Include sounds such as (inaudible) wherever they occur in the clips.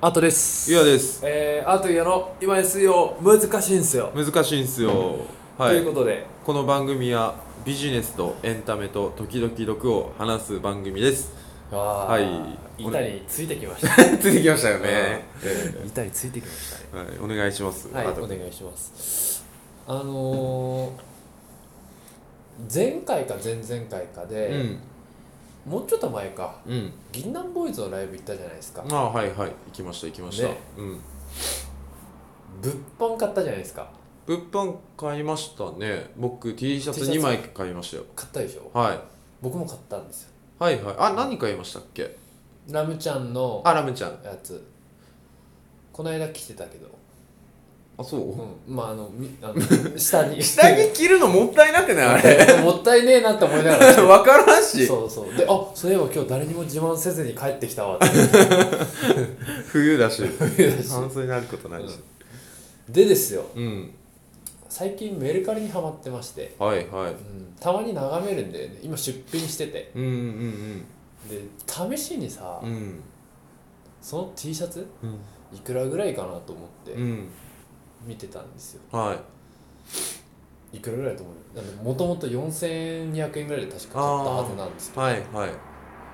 アートですゆうやですえー、アートゆうやの今 SEO 難しいんすよ、難しいんすよ、はといいうことでこの番組はビジネスとエンタメと時々毒を話す番組ですあはいー板に (laughs) ついてきましたついてきましたよね、え板についてきましたねえ (laughs) はい、お願いしますはいあとお願いしますあのー、前回か前々回かうで、んもうちょっと前かうん銀杏ボーイズのライブ行ったじゃないですかああはいはい行きました行きました、ねうん物販買ったじゃないですか物販買いましたね僕 T シャツ T シャツ2枚買いましたよ買ったでしょはい僕も買ったんですよはいはいあ何買いましたっけラムちゃんのあラムちゃんやつこの間着てたけどあそううんまああのみあ (laughs) の下に着るのもったいなくないあ (laughs) もったいねえなって思いながら (laughs) 分から (laughs) んそうそうであそういえば今日誰にも自慢せずに帰ってきたわって冬だし冬だし半袖になることないしでですようん、最近メルカリにハマってまして、はいはいうん、たまに眺めるんだよね今出品しててうんうんで試しにさ、うんうんその T シャツうんいくらぐらいかなと思ってうん見てたんですよはいいくらぐらいだと思うもともと4200円ぐらいで確か買ったはずなんですけどはいはい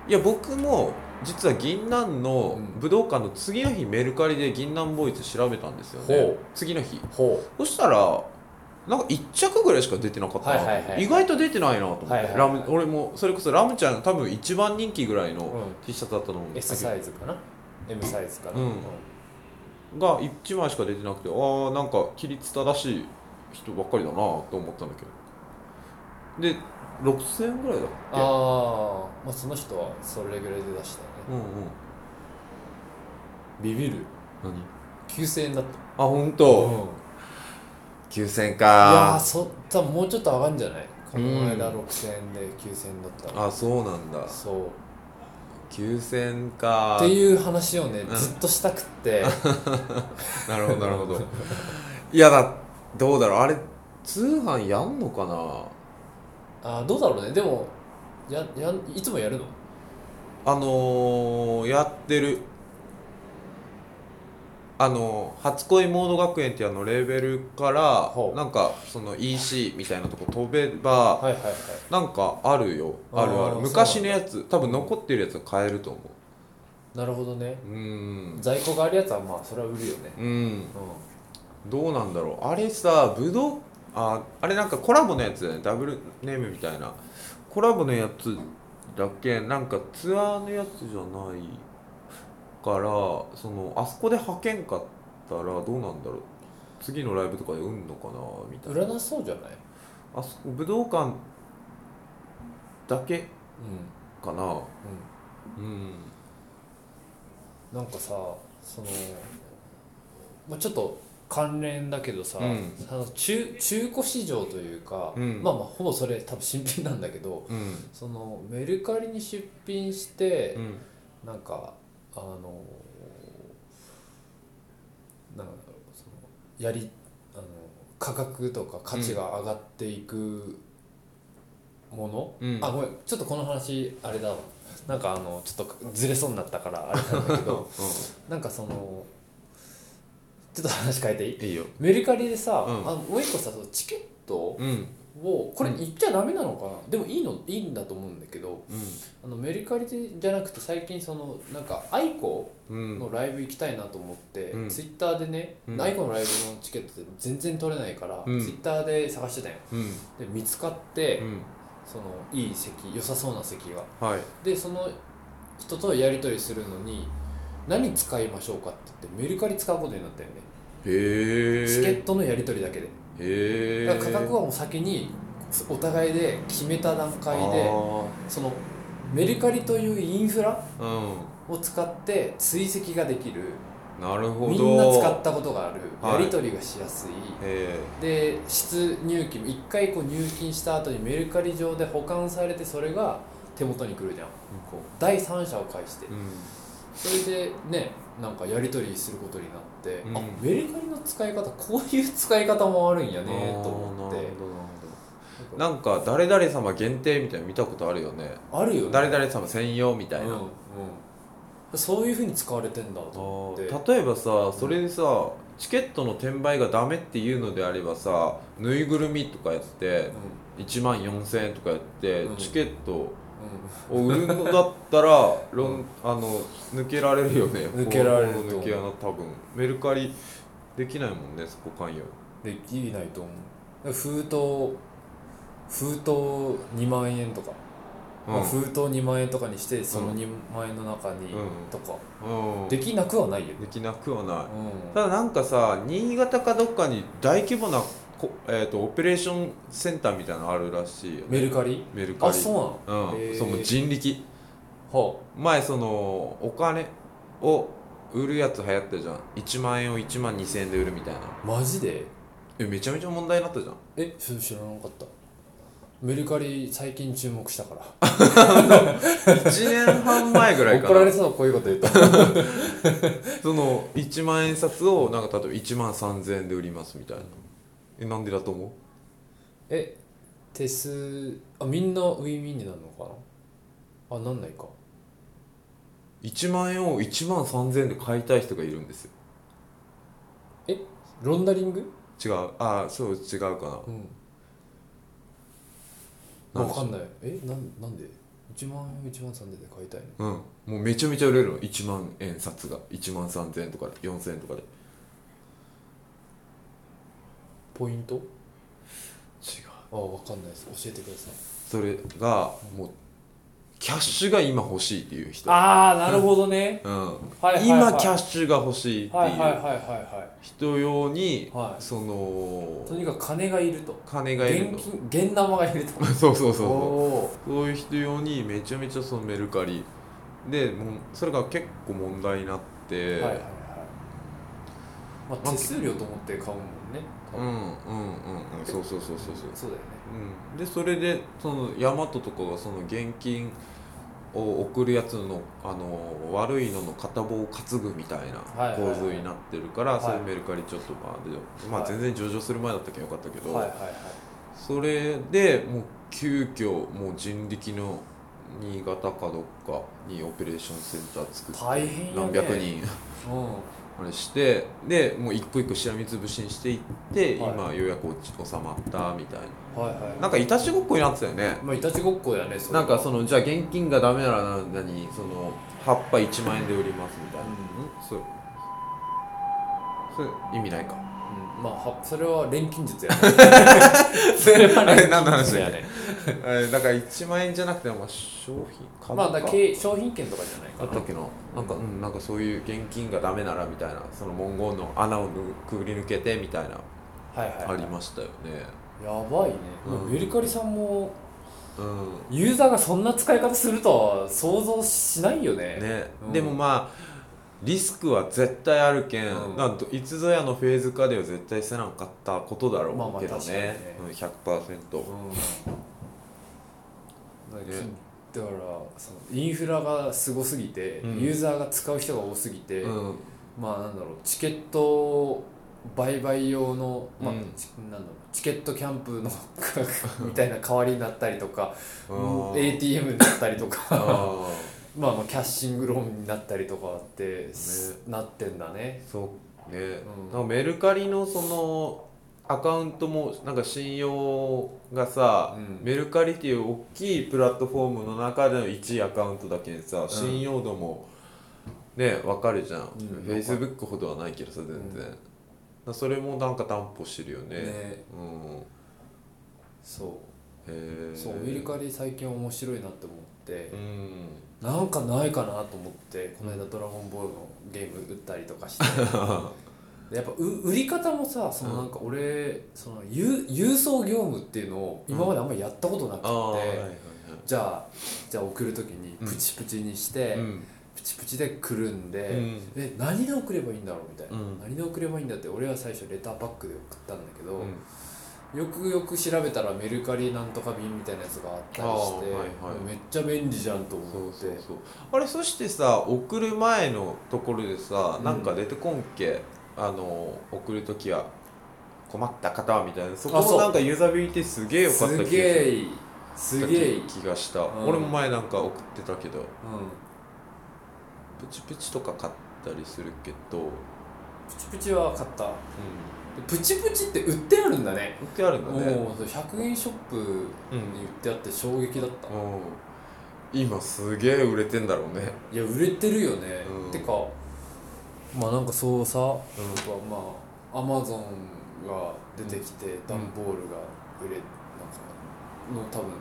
いや僕も実は銀杏のうん武道館の次の日メルカリで銀杏ボーイズ調べたんですよほねう次の日ほそしたらなんか1着ぐらいしか出てなかったな、はいはいはい意外と出てないなと思って、はいはいはいラム俺もそれこそラムちゃん多分一番人気ぐらいのう、うん、 T シャツだったと思うん S サイズかな M サイズかな、うんが1枚しか出てなくてああなんか規律正しい人ばっかりだなと思ったんだけどで6000円ぐらいだっああけまあその人はそれぐらいで出したよねうんうんビビる何9000円だったあ本当、うんい9000円やーかそ多分もうちょっと上がるんじゃないこの間うん6000円で9000円だったらあそうなんだそう9000円かっていう話をねうんずっとしたく (laughs) って、なるほどなるほ (laughs) どいやだどうだろうあれ通販やんのかなあーどうだろうねでもややんいつもやるのあのー、やってるあのー初恋モード学園っていうあのレーベルからほうなんかその EC みたいなとこ飛べば、はいはいはいなんかあるよあるあーあそるうなんだ昔のやつ多分残ってるやつは買えると思なるほどねううん在庫があるやつはまあそれは売るよねうんうどうなんだろうあれさブドウああれなんかコラボのやつだよねダブルネームみたいなコラボのやつだけなんかツアーのやつじゃないからそのあそこで履けんかったらどうなんだろう次のライブとかで売んのかなみたんい売ならなそうじゃないあそこ武道館だけうかなんうんうんなんかさその、まあ、ちょっと関連だけどさ、うんあの中中古市場というか、うんまあまあほぼそれ多分新品なんだけどうんそのメルカリに出品してう、んなんかあのなんだろうそのやりあの価格とか価値が上がっていくもの、うんあごめんちょっとこの話あれだわなんかあのちょっとずれそうになったからあれなんだけ (laughs) どなんかそのちょっと話変えていいうん、いいよメルカリでさ、うんあのもう一個さそのチケットをうんこれ言っちゃダメなのかな、でもいいのいいんだと思うんだけどあのメルカリでじゃなくて最近そのなんかアイコうんうんのライブ行きたいなと思って、うんツイッターでね、うんアイコのライブのチケットって全然取れないから、うんツイッターで探してたようんで見つかって、うんそのいい席良さそうな席がはいでその人とやり取りするのに何使いましょうかって言ってメルカリ使うことになったよね、へえチケットのやり取りだけでへえだから価格はもう先にお互いで決めた段階でそのメルカリというインフラあーを使って追跡ができるうんなるほどみんな使ったことがある、はいやり取りがしやすいへで出入金1回こう入金した後にメルカリ上で保管されてそれが手元に来るじゃんこう第三者を介してえうんそれでねなんかやり取りすることになって、うんあメルカリの使い方こういう使い方もあるんやねと思っあてーなるほどなるほどなんかなんか誰々様限定みたいなの見たことあるよねあるよね誰々様専用みたいな、うんうんそういうふうに使われてんだと思ってあ例えばさそれでさ、チケットの転売がダメっていうのであればさぬいぐるみとかやってう1万4000円とかやって、うんチケットを売るのだったらロンあの抜けられるよね (laughs) 抜けられると思う抜け穴多分メルカリできないもんねそこ関与ん、できないと思う封筒封筒2万円とか、うまあん封筒2万円とかにしてそのうん2万円の中にうんとか、うん、でできなくはないよね、きなくはないうんただなんかさ新潟かどっかに大規模なこ、えー、とオペレーションセンターみたいなのあるらしいよメルカリメルカリあそうなのうんへーその人力は前そのお金を売るやつ流行ったじゃん1万円を1万2000円で売るみたいなあマジでえめちゃめちゃ問題になったじゃんえそれ知らなかったメルカリ最近注目したから1年半前ぐらいか (laughs) 怒られなそうこういうこと言うとその1万円札をなんか例えば1万3000円で売りますみたいなえなんでだと思うえ手数あみんなウィンウィンになるのかなあなんないか1万円を1万3000円で買いたい人がいるんですよロンダリング違うああそう違うかうんなわかんないえなんなんで1万円1万3で買いたいのうんもうめちゃめちゃ売れるの1万円札が1万3000円とかで4000円とかで違うポイントあわかんないです教えてくださいそれがもうキャッシュが今欲しいっていう人、ああなるほどねうんは今キャッシュが欲しいってはいはいはいいうは人用に、はいそいとのにかく金がいると金がいる現の金現玉がいると (laughs) そうそうそうおそうおそういう人用にめちゃめちゃそのメルカリでもうそれが結構問題になって、ーはいはいはいまあ手数料と思って買うもんねうん (laughs) うんうんうんそうそうそうそうそうそうだよねうん、でそれでそのヤマトとかがその現金を送るやつのあの悪いのの片棒を担ぐみたいなはいはい構はい図になってるから、はいそれメルカリちょっとまあで、まはあ、い全然上場する前だったけどよかったけど、はいはいはいそれでもう急遽もう人力の新潟かどっかにオペレーションセンター作って大変よ何ね百人うあれしてでもう一個一個しらみつぶしにしていって、はい今ようやく落ち収まったみたいな。んはいはいなんかいたちごっこになってたよねまあいたちごっこやねそれなはんかそのじゃあ現金がダメならな何その葉っぱ1万円で売りますみたいな、うんんそうそれ意味ないかうんまあはそれは錬金術やね (laughs) それは錬何の金話術やだね (laughs) えだから1万円じゃなくてまあ商品株まあだかけ商品券とかじゃないかだっなたっけななんか、ううん、なんかそういう現金がダメならみたいなその文言の穴をくぐり抜けてみたいなはいはい、ありましたよねやばいね、うんメルカリさんもうんユーザーがそんな使い方するとは想像しないよねね、うんでもまあリスクは絶対あるけん、うんなんといつぞやのフェーズ化では絶対せなかったことだろまあまうあけど確かにね,、ねうん、100%、うんねだからそのインフラがすごすぎて、うんユーザーが使う人が多すぎて、うんまあなんだろうチケット売買用の、まあうんチなんだろうチケットキャンプの (laughs) みたいな代わりになったりとか、うん ATM になったりとかあ (laughs) ーまあまあキャッシングローンになったりとかって、なってんだね。そううね、んなんかメルカリのそのアカウントもなんか信用がさ、うんメルカリっていう大きいプラットフォームの中での1位アカウントだけにさ、信用度もね分かるじゃん、うんフェイスブックほどはないけどさ全然、だからそれもなんか担保してるよねねうんそへえうそうメルカリ最近面白いなって思ってう、んなんかないかなと思ってこの間「ドラゴンボール」のゲーム打ったりとか (laughs) してでやっぱう売り方もさそのなんか俺、その郵郵送業務っていうのを今まであんまりやったことなくて、ああはいはいはいじゃあじゃあ送る時にうんプチプチにして、うんプチプチでくるんで、うんで何で送ればいいんだろうみたいな、うん何で送ればいいんだって俺は最初レターパックで送ったんだけど、うんよくよく調べたらメルカリなんとか便みたいなやつがあったりして、あーはいはいめっちゃ便利じゃんとそ思うってそうそうあれそしてさ送る前のところでさ、うんなんか出てこんけあの送る時は困った方はみたいなそこあそもうなんかユーザビリティすげえ良かった気がすすげえるいいすげえいい、うん、気がした、うん俺も前なんか送ってたけどだプチプチとか買ったりするけど、うん、プチプチは買ったでプチプチって売ってあるんだね売ってあるんだもうね100円ショップに売ってあって衝撃だった、うん今すげえ売れてんだろうねいや売れてるよね、うんてかまあなんかそうさ、やっうぱんまあアマゾンが出てきて段ボールが売れなんかの多分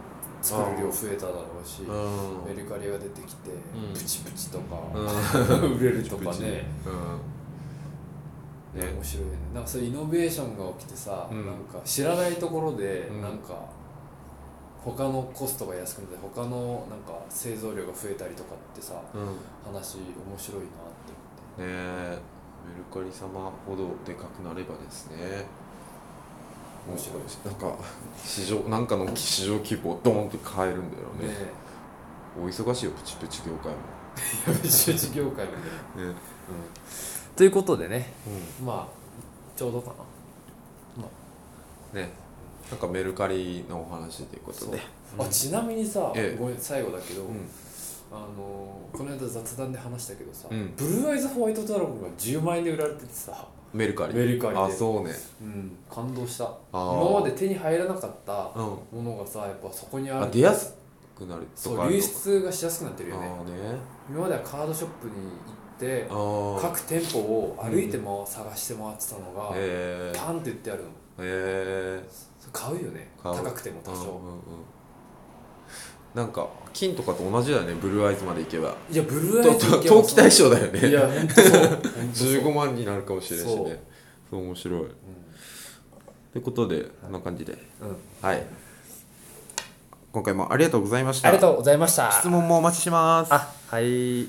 作る量増えただろうし、うんメルカリが出てきて、うんプチプチとか、う (laughs) ん売れるとかねプチプチうんね面白いよねなんかそういうイノベーションが起きてさ、うんなんか知らないところでうんなんか他のコストが安くなって他のなんか製造量が増えたりとかってさうん話面白いなってねえメルカリ様ほどでかくなればですね面白いなんか市場なんかの市場規模をドーンって変えるんだよ思ってねねえお忙しいよプチプチ業界も集中業界もねねということでねうん、まあちょうどかなねなんかメルカリのお話ということであちなみにさ、ええごめん最後だけど、うんあのこの間雑談で話したけどさ、うんブルーアイズホワイトドラゴンが10万円で売られててさ、メルカリメルカリであそうねうん、感動したあー今まで手に入らなかったうんものがさやっぱそこにあるあ出やすくなるとかそあうる流の出がしやすくなってるよねああね今まではカードショップに行ってあー各店舗を歩いても探して回ってたのが、えーパンって売ってあるのえーそれ買うよね買う高くても多うん少うんうんなんか金とかと同じだよねブルーアイズまで行けばいやブルーアとイズと投機対象象だよね (laughs) いやほんとそうほんとそう15万になるかもしれないしそねうそう面白いということでこんな感じでうん、うん、はい今回もありがとうございましたありがとうございました質問もお待ちしますあはい